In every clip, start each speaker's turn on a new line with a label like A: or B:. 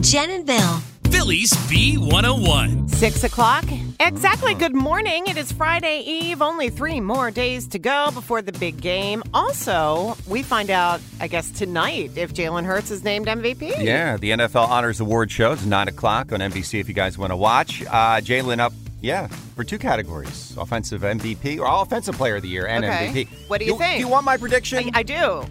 A: Jen and Bill.
B: Phillies B101.
C: Six o'clock? Exactly. Good morning. It is Friday Eve. Only three more days to go before the big game. Also, we find out, I guess, tonight if Jalen Hurts is named MVP.
D: Yeah, the NFL Honors Award show. It's 9 o'clock on NBC if you guys want to watch. Uh, Jalen up, yeah, for two categories offensive MVP or all offensive player of the year and
C: Okay.
D: MVP.
C: What do you think?
D: you want my prediction?
C: I do.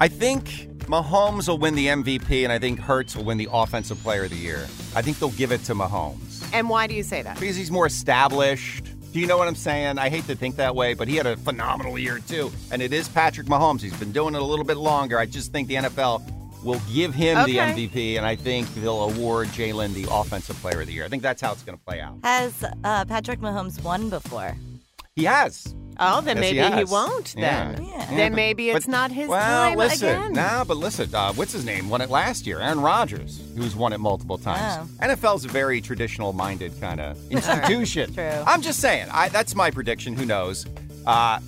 D: I think Mahomes will win the MVP, and I think Hurts will win the Offensive Player of the Year. I think they'll give it to Mahomes
C: And why do you say that?
D: because he's more established. Do you know what I'm saying? I hate to think that way, but he had a phenomenal year too, and it is Patrick Mahomes. He's been doing it a little bit longer. I just think the NFL will give him
C: Okay.
D: the MVP, and I think they'll award Jalen the Offensive Player of the Year. I think that's how it's going to play out.
E: Has uh, Patrick Mahomes won before?
D: He has.
C: Oh, then
D: Yes,
C: maybe
D: he,
C: he,
D: has.
C: won't
D: Yeah.
C: then.
E: Yeah.
C: Then
D: but-
C: maybe it's
D: but-
C: not his
D: well,
C: time
D: listen,
C: again.
D: Nah, but listen, uh, what's his name? Won it last year. Aaron Rodgers, who's won it multiple times.
C: Oh.
D: NFL's a very traditional-minded kind of institution.
E: True.
D: I'm just saying. I, that's my prediction. Who knows? Uh,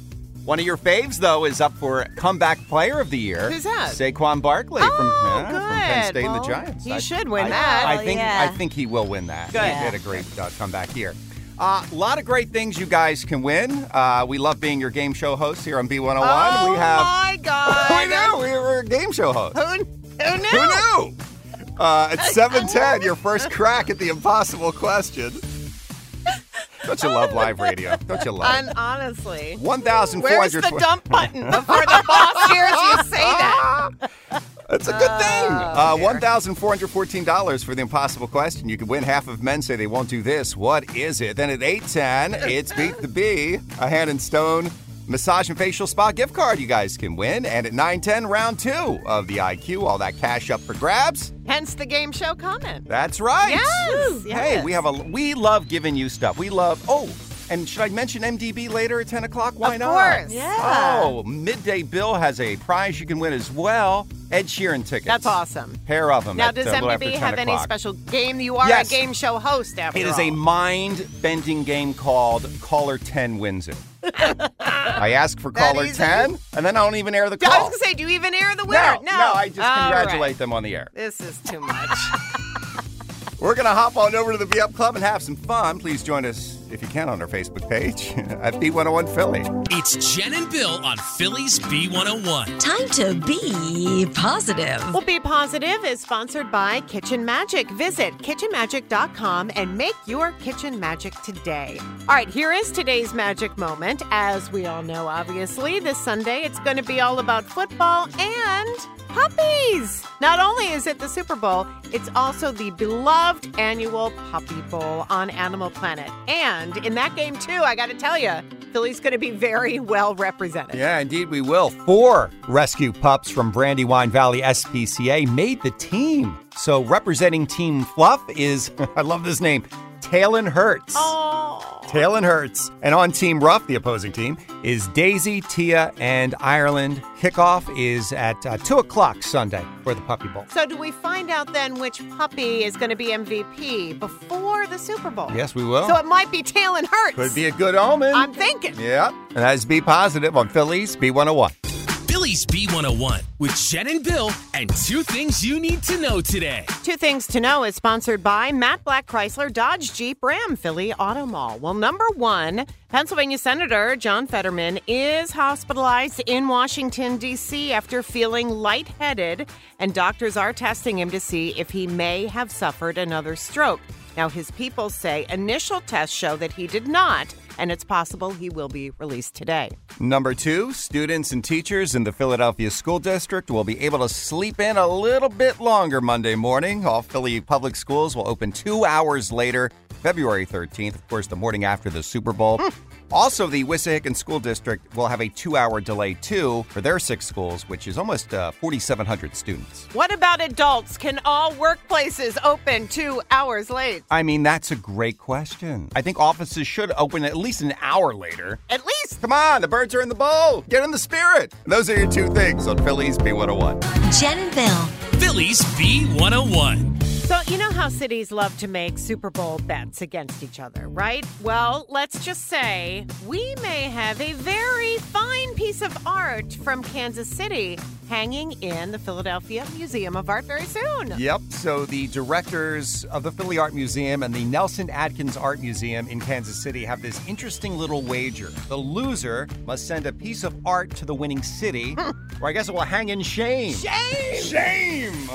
D: one of your faves, though, is up for comeback player of the year.
C: Who's that?
D: Saquon Barkley from,
C: Oh,
D: yeah, from Penn
C: good.
D: State and
C: Well,
D: the Giants.
C: he
D: I-
C: should win
D: I-
C: that.
D: I
E: Well,
D: think.
E: yeah.
D: I think he will win that.
C: Good.
D: He
C: Yeah.
D: did a great uh, comeback here. Uh, A lot of great things you guys can win. Uh, we love being your game show hosts here on B101.
C: oh
D: we have
C: my God.
D: I know. We were a game show host.
C: Who, who knew?
D: Who knew? Uh, at 710, your first crack at the impossible question. Don't you love live radio? Don't you love
C: And
D: it?
C: honestly, where's
D: 1,400.
C: the dump button before the boss hears you say that? Ah, oh,
D: That's Ah, a good thing. Uh, $1,414 for the impossible question. You can win. Half of men say they won't do this. What is it? Then at 810, it's Beat the Bee, a hand and stone massage and facial spa gift card you guys can win. And at 910, round two of the IQ, all that cash up for grabs.
C: Hence the game show comment.
D: That's right.
C: Yes,
D: Hey,
C: yes.
D: we have a we love giving you stuff. We love oh, and should I mention MDB later at ten o'clock? Why
C: Of
D: not?
C: course.
E: Yeah.
D: Oh, midday bill has a prize you can win as well. Ed Sheeran tickets.
C: That's awesome.
D: Pair of them.
C: Now,
D: at,
C: does
D: uh, a little after
C: MDB
D: 10
C: have any
D: o'clock.
C: special game? You are
D: Yes.
C: a game show host, after
D: It is
C: all.
D: a mind bending game called Caller 10 Wins It. I ask for
C: That
D: Caller
C: easy?
D: 10, and then I don't even air the
C: I
D: call.
C: was gonna say, do you even air the winner?
D: no, no, I just
C: All right.
D: congratulate them on the air.
C: This is too much.
D: We're going to hop on over to the Be Up Club and have some fun. Please join us, if you can, on our Facebook page at B101 Philly.
B: It's Jen and Bill on Phillies B101.
A: Time to be positive.
C: Well, Be Positive is sponsored by Kitchen Magic. Visit kitchenmagic.com and make your kitchen magic today. All right, here is today's magic moment. As we all know, obviously, this Sunday it's going to be all about football and puppies. Not only is it the Super Bowl, it's also the beloved annual Puppy Bowl on Animal Planet. And in that game, too, I got to tell you, Philly's going to be very well represented.
D: Yeah, indeed, we will. Four rescue pups from Brandywine Valley SPCA made the team. So, representing Team Fluff is, I love this name, Talon Hertz.
C: Oh.
D: Talon Hertz. And on Team Rough, the opposing team, is Daisy, Tia, and Ireland. Kickoff is at uh, 2 o'clock Sunday for the Puppy Bowl.
C: So, do we find out then which puppy is going to be MVP before the Super Bowl?
D: Yes, we will.
C: So it might be Tail and Hurts.
D: Could be a good omen.
C: I'm thinking.
D: yeah. And that is Be Positive on Phillies B101.
B: Phillies B101 with Jen and Bill and two things you need to know today.
C: Two Things to Know is sponsored by Matt Black Chrysler Dodge Jeep Ram Philly Auto Mall. Well, number one, Pennsylvania Senator John Fetterman is hospitalized in Washington, D.C. after feeling lightheaded, and doctors are testing him to see if he may have suffered another stroke. Now, his people say initial tests show that he did not, and it's possible he will be released today.
D: Number two, students and teachers in the Philadelphia School District will be able to sleep in a little bit longer Monday morning. All Philly public schools will open two hours later, February 13th, of course, the morning after the Super Bowl. Also, the Wissahickon School District will have a two hour delay, too, for their six schools, which is almost uh, 4,700 students.
C: What about adults? Can all workplaces open two hours late?
D: I mean, that's a great question. I think offices should open at least an hour later.
C: At least
D: Come on, the birds are in the bowl. Get in the spirit. Those are your two oh things on Phillies B101.
A: Jen and Bill.
B: oh Phillies B101.
C: So Well, you know how cities love to make Super Bowl bets against each other, right? Well, let's just say we may have a very fine piece of art from Kansas City hanging in the Philadelphia Museum of Art very soon.
D: Yep. So the directors of the Philly Art Museum and the Nelson Atkins Art Museum in Kansas City have this interesting little wager. The loser must send a piece of art to the winning city, or I guess it will hang in shame. Shame! Shame!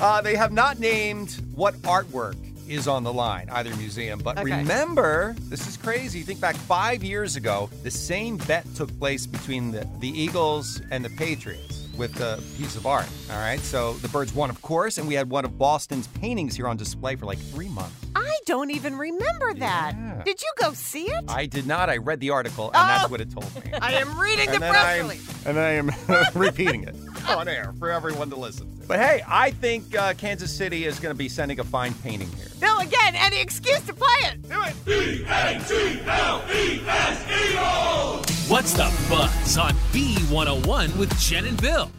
D: uh, they have not named what artwork is on the line, either museum. But
C: Okay.
D: remember, this is crazy. Think back five years ago, the same bet took place between the, the Eagles and the Patriots with the piece of art. All right, so the birds won, of course, and we had one of Boston's paintings here on display for like three months.
C: I don't even remember that.
D: Yeah.
C: Did you go see it?
D: I did not. I read the article, and that's what it told me.
C: Oh! I am reading the
D: and, then
C: press
D: I'm,
C: release.
D: and then I am repeating it on air for everyone to listen to. But hey, I think uh, Kansas City is going to be sending a fine painting here.
C: No, again, any excuse to play it. Do it.
B: What's the buzz on B101 with Jen and Bill?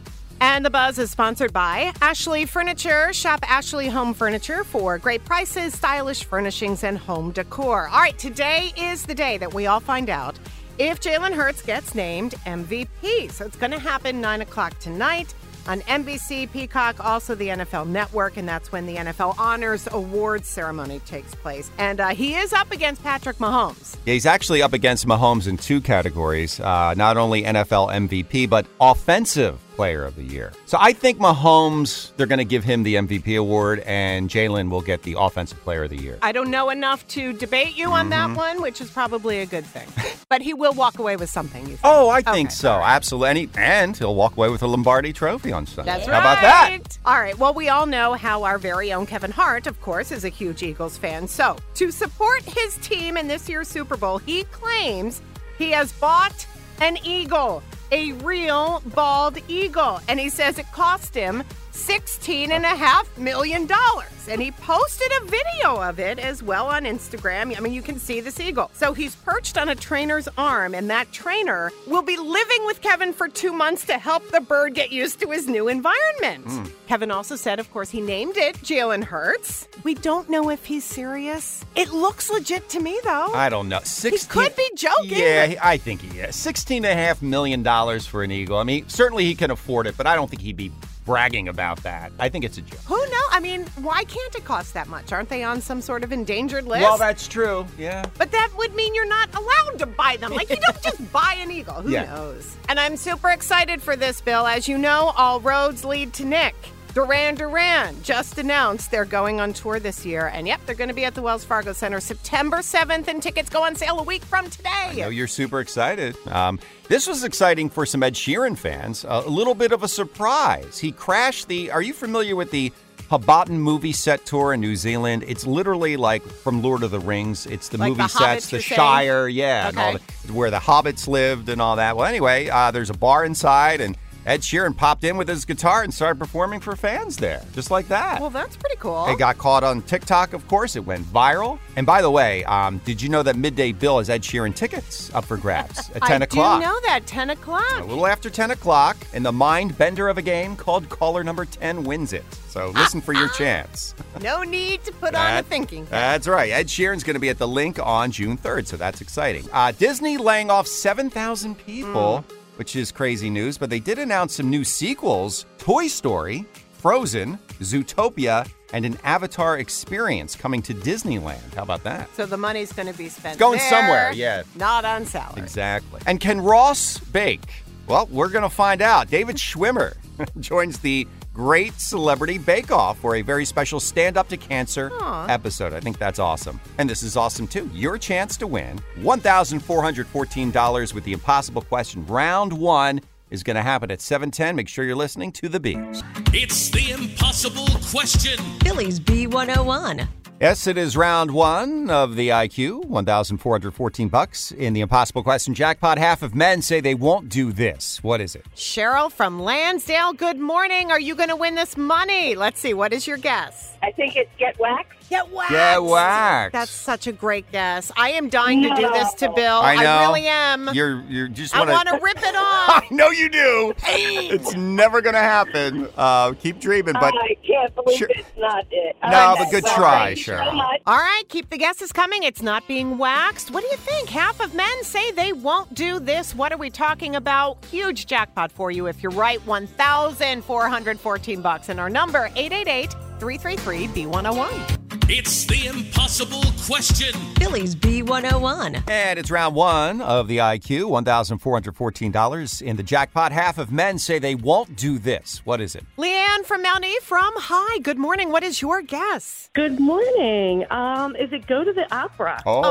C: And the buzz is sponsored by Ashley Furniture. Shop Ashley Home Furniture for great prices, stylish furnishings, and home decor. All right, today is the day that we all find out if Jalen Hurts gets named MVP. So it's going to happen 9 o'clock tonight on NBC, Peacock, also the NFL Network, and that's when the NFL Honors Awards ceremony takes place. And uh, he is up against Patrick Mahomes.
D: Yeah, he's actually up against Mahomes in two categories uh, not only NFL MVP, but Offensive Player of the Year. So I think Mahomes, they're going to give him the MVP award, and Jalen will get the Offensive Player of the Year.
C: I don't know enough to debate you on that one, which is probably a good thing. But he will walk away with something. You think.
D: Oh, I think
C: Okay.
D: so. Absolutely. And, he, and he'll walk away with a Lombardi trophy on Sunday.
C: That's
D: How
C: right.
D: about that?
C: All right. Well, we all know how our very own Kevin Hart, of course, is a huge Eagles fan. So, to support his team in this year's Super Bowl, he claims he has bought an eagle, a real bald eagle. And he says it cost him $16.5 million. And he posted a video of it as well on Instagram. I mean, you can see this eagle. So he's perched on a trainer's arm, and that trainer will be living with Kevin for two months to help the bird get used to his new environment.
D: Hmm.
C: Kevin also said, of course, he named it Jalen Hurts. We don't know if he's serious. It looks legit to me, though.
D: I don't know. 16,
C: could be joking.
D: Yeah, he- I think he is. $16.5 million dollars for an Eagle. I mean, certainly he can afford it, but I don't think he'd be bragging about that. I think it's a joke.
C: Who knows? I mean, why can't it cost that much? Aren't they on some sort of endangered list?
D: Well, that's true. Yeah.
C: But that would mean you're not allowed to buy them. Like, you don't just buy an eagle. Who
D: Yeah.
C: knows? And I'm super excited for this, Bill. As you know, all roads lead to Nick. Duran Duran just announced they're going on tour this year. And yep, they're going to be at the Wells Fargo Center September 7th, and tickets go on sale a week from
D: I know
C: today.
D: you're super excited. Um, this was exciting for some Ed Sheeran fans. A little bit of a surprise. He crashed the. Are you familiar with the Hobbiton movie set tour in New Zealand? It's literally like from Lord of the Rings. It's the
C: Like
D: movie
C: the
D: sets,
C: Hobbits,
D: the
C: you're saying?
D: Shire, yeah, and all
C: Okay.
D: the- where the hobbits lived and all that. Well, anyway, uh, there's a bar inside, and Ed Sheeran popped in with his guitar and started performing for fans there, just like that.
C: Well, that's pretty cool.
D: It got caught on TikTok, of course. It went viral. And by the way, um, did you know that Midday Bill has Ed Sheeran tickets up for grabs at 10
C: I
D: o'clock?
C: do know that. 10 o'clock.
D: A little after 10 o'clock, and the mind bender of a game called caller number 10 wins it. So listen for your
C: Uh-huh.
D: chance.
C: No need to put on a
D: That-
C: thinking. cap.
D: That's right. Ed Sheeran's going to be at the link on June 3rd, so that's exciting. Uh, Disney laying off 7,000 people, which is crazy news, but they did announce some new sequels Toy Story, Frozen, Zootopia, and an Avatar experience coming to Disneyland. How about that?
C: So the money's going to be spent
D: It's going
C: there,
D: somewhere, yeah.
C: Not on salary.
D: Exactly. And can Ross bake? Well, we're going to find out. David Schwimmer joins the Great Celebrity Bake Off for a very special Stand Up to Cancer episode. I think that's awesome. And this is awesome too. Your chance to win $1,414 with the impossible question. Round one is going to happen at 710. Make sure you're listening to The Beat.
B: It's the impossible question.
A: Phillies B101.
D: Yes, it is round one of the IQ, 1,414 bucks in the impossible question jackpot. Half of men say they won't do this. What is it?
C: Cheryl from Lansdale, good morning. Are you going to win this money? Let's see, what is your guess?
F: I think it's get waxed.
C: Get waxed.
D: Get waxed.
C: That's such a great guess. I am dying to do this to Bill.
D: I know.
C: really am.
D: You're you're you just
C: I
D: want
C: want
D: to.
C: to rip it off.
D: I know you do. It's never gonna happen. Uh, keep dreaming, but
F: I can't believe
D: Sure.
F: it's not it.
D: No,
F: I'm
D: but good
F: sorry.
D: try,
F: Thank you so
D: Cheryl.
F: much.
C: All right, keep the guesses coming. It's not being waxed. What do you think? Half of men say they won't do this. What are we talking about? Huge jackpot for you if you're right. 1414 bucks and our number 888-333-B101.
B: It's the impossible question.
A: Billy's B101.
D: and it's round one of the IQ, one thousand four hundred fourteen dollars in the jackpot. Half of men say they won't do this. What is it?
C: Leanne from Mount Ephraim. Hi, good morning. What is your guess?
G: Good morning. Um, is it go to the opera?
D: Oh,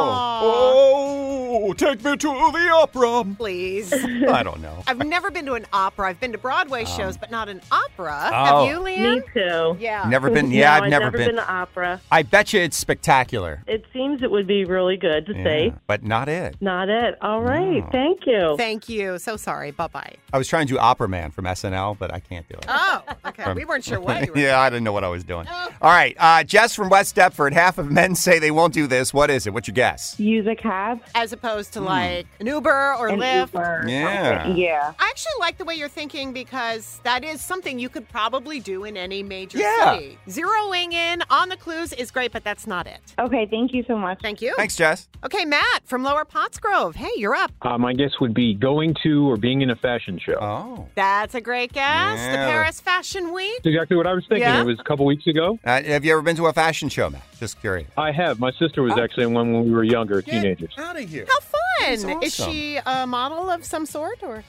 D: oh, take me to the opera.
C: Please.
D: I don't know.
C: I've never been to an opera. I've been to Broadway shows, but not an opera.
D: Um, oh.
C: Have you,
G: Me
C: Leanne?
G: too.
C: Yeah.
D: Never been. Yeah,
G: No,
D: I've never,
G: been. to opera.
D: I bet you it's spectacular.
G: It seems it would be really good to
D: Yeah,
G: see.
D: but not it.
G: Not it. All right. Thank you.
C: Thank you. So sorry. Bye-bye.
D: I was trying to do Opera Man from SNL, but I can't do it.
C: Oh, okay. We weren't sure what you were
D: Um, yeah, I didn't know what I was doing.
C: Oh.
D: All right, uh, Jess from West Deptford. Half of men say they won't do this. What is it? What's your guess?
H: Use a cab.
C: as opposed
D: Hmm.
C: to like an Uber or
H: an
C: Lyft.
H: Uber or
D: Yeah.
H: something. Yeah.
C: I actually like the way you're thinking because that is something you could probably do in any major
D: Yeah.
C: city. Zeroing in on the clues is great, but that's not it.
H: Okay, thank you so much.
C: Thank you.
D: Thanks, Jess.
C: Okay, Matt from Lower Pottsgrove. Hey, you're up.
I: Uh, my guess would be going to or being in a fashion show.
D: Oh.
C: That's a great guess. The
D: Yeah.
C: Paris Fashion Week.
I: That's exactly what I was thinking.
C: Yeah.
I: It was a couple weeks ago.
D: Uh, have you ever been to a fashion show, Matt? Just curious.
I: I have. My sister
C: Oh.
I: was actually in one when we were younger, teenagers.
D: out of here.
C: How fun.
D: That's
C: Is
D: awesome.
C: she a model of some sort or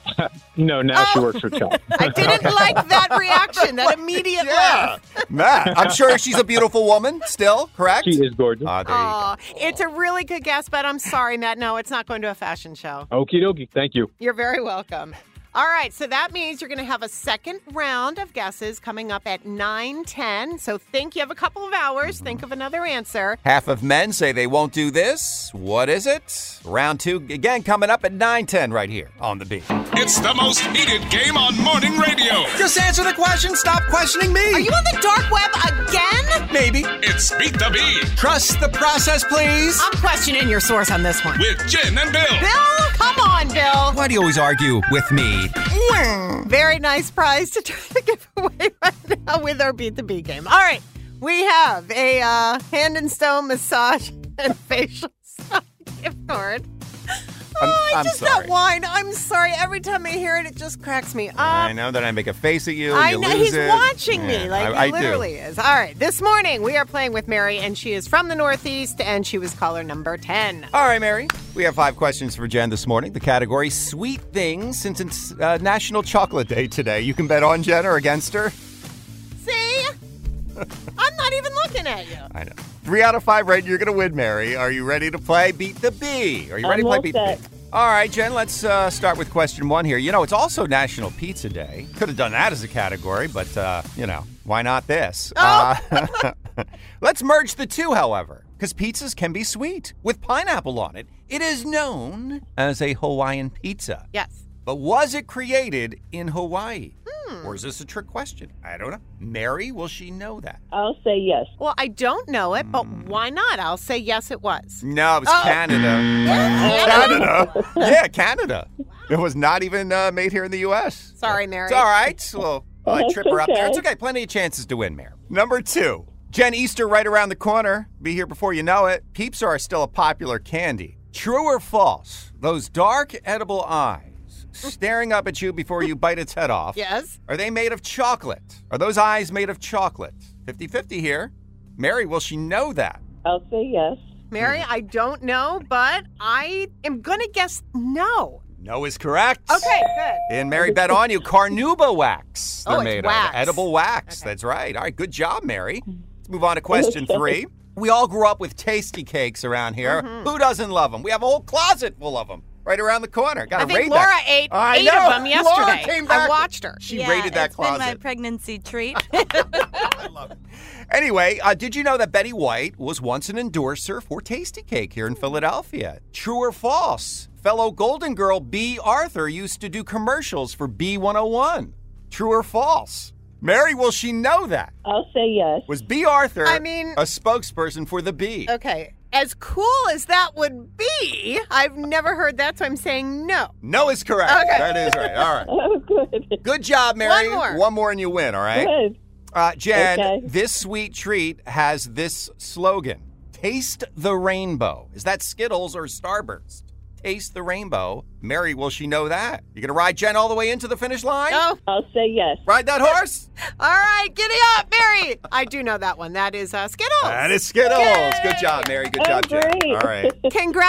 I: No, now she
C: Oh.
I: works for Chuck.
C: I didn't like that reaction, that immediate laugh.
D: Matt, I'm sure she's a beautiful woman still, correct?
I: she is gorgeous.
D: Ah, there you go.
C: Aw, it's a really good guess, but I'm sorry, Matt. No, it's not going to a fashion show.
I: Okie dokie. Thank you.
C: You're very welcome. All right, so that means you're going to have a second round of guesses coming up at 9:10. So think you have a couple of hours, think of another answer.
D: Half of men say they won't do this. What is it? Round two, again, coming up at 9.10 right here on the beat.
B: It's the most heated game on morning radio.
D: Just answer the question. Stop questioning me.
C: Are you on the dark web again?
D: Maybe.
B: It's Beat the Bee
D: Trust the process, please.
C: I'm questioning your source on this one.
B: with Jen and Bill.
C: Bill, come on, Bill.
D: Why do you always argue with me?
C: Very nice prize to try to give away right now with our beat the B game. All right, we have a uh, hand and stone massage and facial style gift card. Oh,
D: I'm
C: just
D: sorry.
C: that wine. I'm sorry. Every time I hear it, it just cracks me up.
D: I know that I make a face at you. And
C: I
D: you
C: know
D: lose
C: he's
D: it.
C: watching
D: Yeah,
C: me. Like
D: I,
C: he
D: I
C: literally is. All right. This morning we are playing with Mary, and she is from the Northeast, and she was caller number ten.
D: Do. All right, Mary. We have five questions for Jen this morning. The category sweet things. Since it's uh, National Chocolate Day today, you can bet on Jen or against her.
C: See, I'm not even looking at you.
D: I know. Three out of five, right? You're going to win, Mary. Are you ready to play Beat the Bee? Are you
G: I'm
D: ready to play
G: all
D: Beat
G: set.
D: the Bee? All right, Jen, let's uh, start with question one here. You know, it's also National Pizza Day. Could have done that as a category, but, uh, you know, why not this? Uh, let's merge the two, however, because pizzas can be sweet with pineapple on it. It is known as a Hawaiian pizza.
C: Yes.
D: But was it created in Hawaii? Or is this a trick question? I don't know. Mary, will she know that?
G: I'll say yes.
C: Well, I don't know it, but why not? I'll say yes. It was.
D: No, it was
C: Oh.
D: Canada. Canada. yeah, Canada. It was not even uh, made here in the U.S.
C: Sorry, Mary.
D: It's all right. Well, I
G: Oh, That's
D: trip her up there.
G: okay.
D: It's okay. Plenty of chances to win, Mayor. Number two, Jen Easter right around the corner. Be here before you know it. Peeps are still a popular candy. True or false? Those dark edible eyes staring up at you before you bite its head off.
C: Yes.
D: Are they made of chocolate? Are those eyes made of chocolate? 50-50 here. Mary, will she know that?
G: I'll say yes.
C: Mary, I don't know, but I am gonna guess no.
D: No is correct.
C: Okay, good.
D: And Mary bet on you, carnauba wax. They're
C: Oh, it's
D: made
C: wax.
D: of edible wax. That's right. All right, good job, Mary. Let's move on to question three. We all grew up with tasty cakes around here.
C: Mm-hmm.
D: Who doesn't love them? We have a whole closet full of them right around the corner. Got
C: I
D: a
C: think
D: raid
C: Laura
D: that-
C: ate
D: I
C: eight
D: know.
C: of them yesterday.
D: Laura came
C: I
D: back.
C: watted her.
D: She
E: yeah,
D: raided that
E: it's
D: closet.
E: been my pregnancy treat.
D: Anyway, uh, did you know that Betty White was once an endorser for Tasty Cake here in
C: Hmm.
D: Philadelphia? True or false? Fellow Golden Girl B. Arthur used to do commercials for B101. True oh or false? Mary, will she know that?
G: I'll say yes.
D: Was B. Arthur
C: I mean-
D: a spokesperson for the B?
C: Okay. As cool as that would be, I've never heard that, so I'm saying no.
D: No is correct.
C: Okay.
D: That is right. All right.
G: Oh, good.
D: Good job, Mary.
C: One more.
D: One more and you win, all right?
G: Good.
D: Uh, Jen,
G: Okay.
D: this sweet treat has this slogan Taste the rainbow. Is that Skittles or Starburst? Taste the rainbow. Mary, will she know that? You gonna ride Jen all the way into the finish line?
C: Oh,
G: I'll say yes.
D: Ride that horse?
C: all right, giddy up, Mary. I do know that one. That is uh, Skittles.
D: That is Skittles. Good job, Mary. Good
G: Oh,
D: job, Jen.
G: great.
D: All right.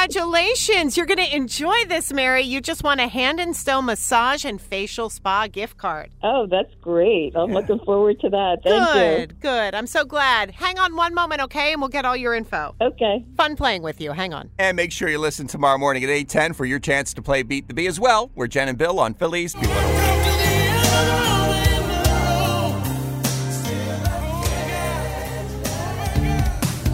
C: Congratulations. You're going to enjoy this, Mary. You just won a hand and stone massage and facial spa gift card.
G: Oh, that's great. I'm looking forward to that. Thank
C: good, good. I'm so glad. Hang on one moment, okay? And we'll get all your info.
G: you. Okay.
C: Fun playing with you. Hang on.
D: And make sure you listen tomorrow morning at 810 for your chance to play Beat the Bee as well. We're Jen and Bill on Phillies. Be well.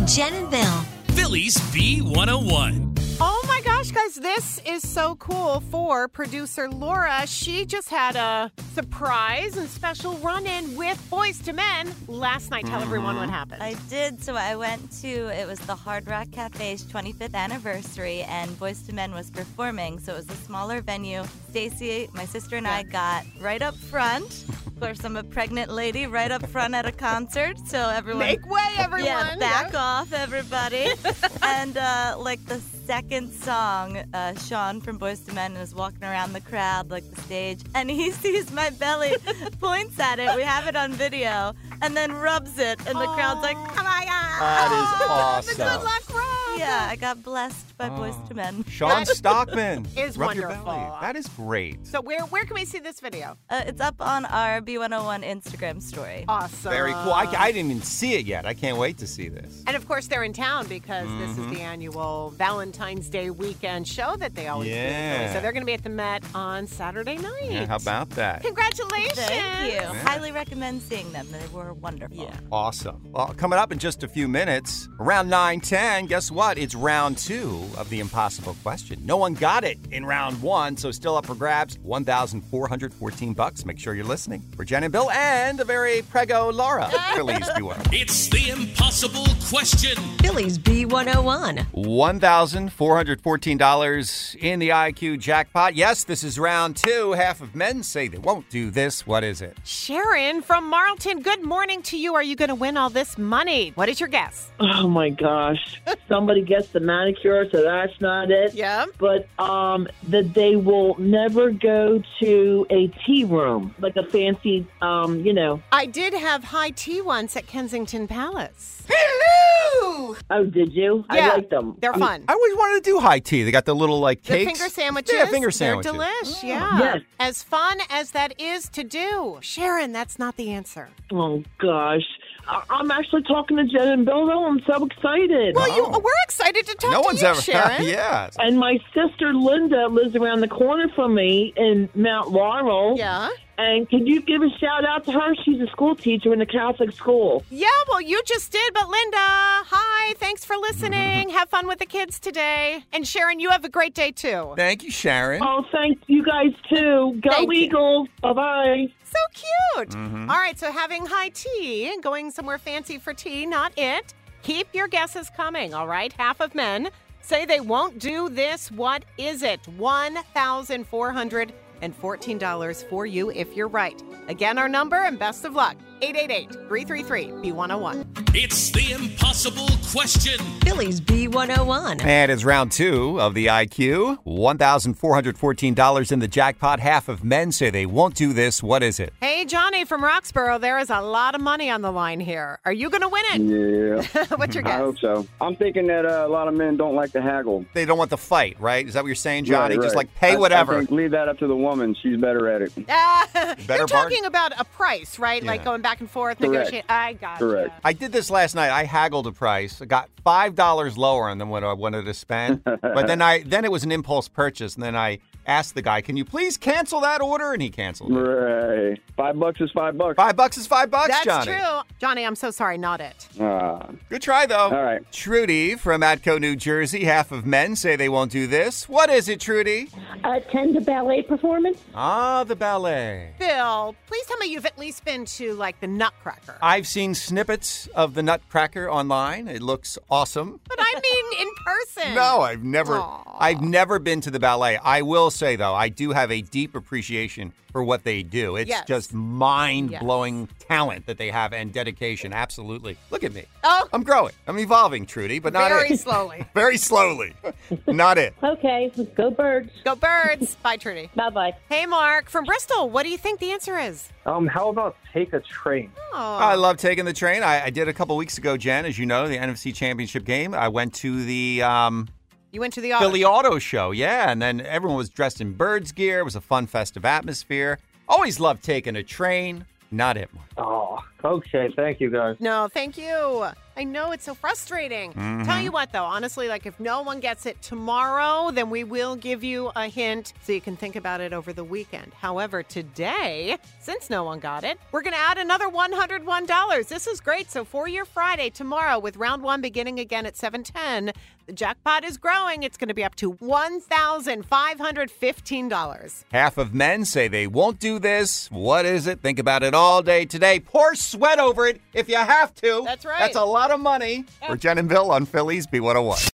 A: Jen and Bill.
B: Phillies B101.
C: Oh my gosh, guys, this is so cool for producer Laura. She just had a surprise and special run in with Boys to Men last night. Tell everyone what happened.
E: Mm-hmm. I did. So I went to it was the Hard Rock Cafe's 25th anniversary, and Boys to Men was performing. So it was a smaller venue. Stacy, my sister, and I got right up front. Of course, I'm a pregnant lady, right up front at a concert. So everyone
C: Make way, everyone.
E: Yeah, back off, everybody. and uh, like the second song, uh, Sean from Boys to Men is walking around the crowd, like the stage, and he sees my belly, points at it. We have it on video, and then rubs it, and the crowd's like, "Oh my
D: That
E: god!"
D: is awesome.
C: Good luck, Rob.
E: Yeah, I got blessed by Boys to Men.
D: Sean Stockman.
C: is
D: Rub your
C: wonderful.
D: belly. That is great.
C: So where where can we see this video?
E: Uh, it's up on our B101 Instagram story.
C: Awesome.
D: Very cool. I, I didn't even see it yet. I can't wait to see this.
C: and of course, they're in town because this
D: Mm-hmm.
C: is the annual Valentine's Day weekend show that they always do. in Philly.
D: Yeah.
C: So they're going to be at the Met on Saturday night.
D: Yeah, how about that?
C: Congratulations.
E: Thank you. Highly recommend seeing them. They were wonderful. Yeah.
D: Awesome. Well, coming up in just a few minutes, around 9:10, guess what? It's round 2 of the impossible question. No one got it in round 1, so still up for grabs, 1414 bucks. Make sure you're listening. For Jen and Bill and a very prego Laura. Please be well.
B: It's the impossible question.
A: Phillies B101.
D: $1,414 in the IQ jackpot. Yes, this is round 2. Half of men say they won't do this. What is it?
C: Sharon from Marlton, good morning to you. Are you going to win all this money? What is your guess?
G: Oh my gosh. Somebody gets the manicure, so that's not it.
C: Yeah.
G: But um, that they will never go to a tea room, like a fancy, um, you know.
C: I did have high tea once at Kensington Palace.
G: Oh, did you? I
C: Yeah,
G: like them.
C: They're fun.
D: I always wanted to do high tea. They got the little like
C: the
D: Um, oh, cakes.
C: finger sandwiches.
D: Yeah, finger sandwiches. Mm.
C: They're delish. Yeah.
G: Yes.
C: As fun as that is to do. Sharon, that's not the answer.
G: Oh gosh, I- I'm actually talking to Jen and Bill. though. I'm so excited.
C: Well, you,
D: Oh.
C: we're excited to talk
D: no
C: to
D: one's
C: you,
D: ever.
C: Sharon.
D: yeah.
G: And my sister Linda lives around the corner from me in Mount Laurel.
C: Yeah.
G: And can you give a shout out to her? She's a school teacher in a Catholic school.
C: Yeah, well, you just did, but Linda, hi. Thanks for listening. Have fun with the kids today. And Sharon, you have a great day too.
D: Thank you, Sharon.
G: Oh, thank you guys too. Go
C: Thank you.
G: Eagles. Bye bye.
C: So cute.
F: Mm-hmm.
C: All right, so having high tea and going somewhere fancy for tea, not it. Keep your guesses coming, all right? Half of men say they won't do this. What is it? $1,414 for you if you're right. Again, our number and best of luck 888 333 B101.
B: It's the impossible question.
A: Phillies B101.
D: And it's round two of the IQ. $1,414 in the jackpot. Half of men say they won't do this. What is it?
C: Hey, Johnny from Roxborough, there is a lot of money on the line here. Are you going to win
F: Yeah,
C: it? What's your
F: I
C: guess?
F: hope so. I'm thinking that uh, a lot of men don't like to haggle.
D: They don't want the fight, right? Is that what you're saying, Johnny?
F: Right,
D: Just
F: right.
D: like pay
F: I- I
D: whatever.
F: think leave that up to the woman. She's better at it.
C: Ah,
D: Better
C: you're
D: bargain.
C: talking about a price, right? Like
D: Yeah.
C: going back and forth,
F: Correct.
C: negotiating. I got
F: Correct.
D: I did this last night. I haggled a price. I got five dollars lower than what I wanted to spend. but then I then it was an impulse purchase, and then I asked the guy, "Can you please cancel that order?" And he canceled it.
F: Right. Five bucks is five bucks.
D: Five bucks is five bucks,
C: That's
D: Johnny.
C: true. Johnny, I'm so sorry. Not it.
F: Ah.
D: Good try though.
F: All right.
D: Trudy from Atco, New Jersey. Half of men say they won't do this. What is it, Trudy?
H: Attend a ballet performance?
D: Ah, the ballet.
C: Bill, please tell me you've at least been to like the Nutcracker.
D: I've seen snippets of the Nutcracker online. It looks awesome.
C: but I mean in person.
D: No, I've never
C: Aw.
D: I've never been to the ballet. I will say though, I do have a deep appreciation for what they do. It's
C: Yes.
D: just mind-blowing talent that they have and dedication. Absolutely. Look at me.
C: Oh.
D: I'm growing. I'm evolving, Trudy, but not
C: Very
D: it.
C: slowly.
D: Very slowly. not it.
H: Okay, go birds.
C: Go birds. Bye, Trudy.
H: Bye bye.
C: Hey, Mark from Bristol. What do you think the answer is?
J: Um, how about take a train?
D: I love taking the train. I, I did a couple weeks ago, Jen, as you know, the NFC Championship game. I went to the um,
C: You went to the auto.
D: Philly Auto Show, yeah, and then everyone was dressed in birds gear. It was a fun, festive atmosphere. Always loved taking a train. Not it. Mark.
J: Oh, okay. Thank you, guys.
C: No, thank you. I know it's so frustrating. Tell you what, though, honestly, like if no one gets it tomorrow, then we will give you a hint so you can think about it over the weekend. However, today, since no one got it, we're going to add another $101. This is great. So for your Friday tomorrow, with round one beginning again at 710, the jackpot is growing. It's going to be up to $1,515.
D: Half of men say they won't do this. What is it? Think about it all day today. Pour sweat over it if you have to.
C: That's right.
D: That's a lot of money. We're Jen and Bill on Phillies B101.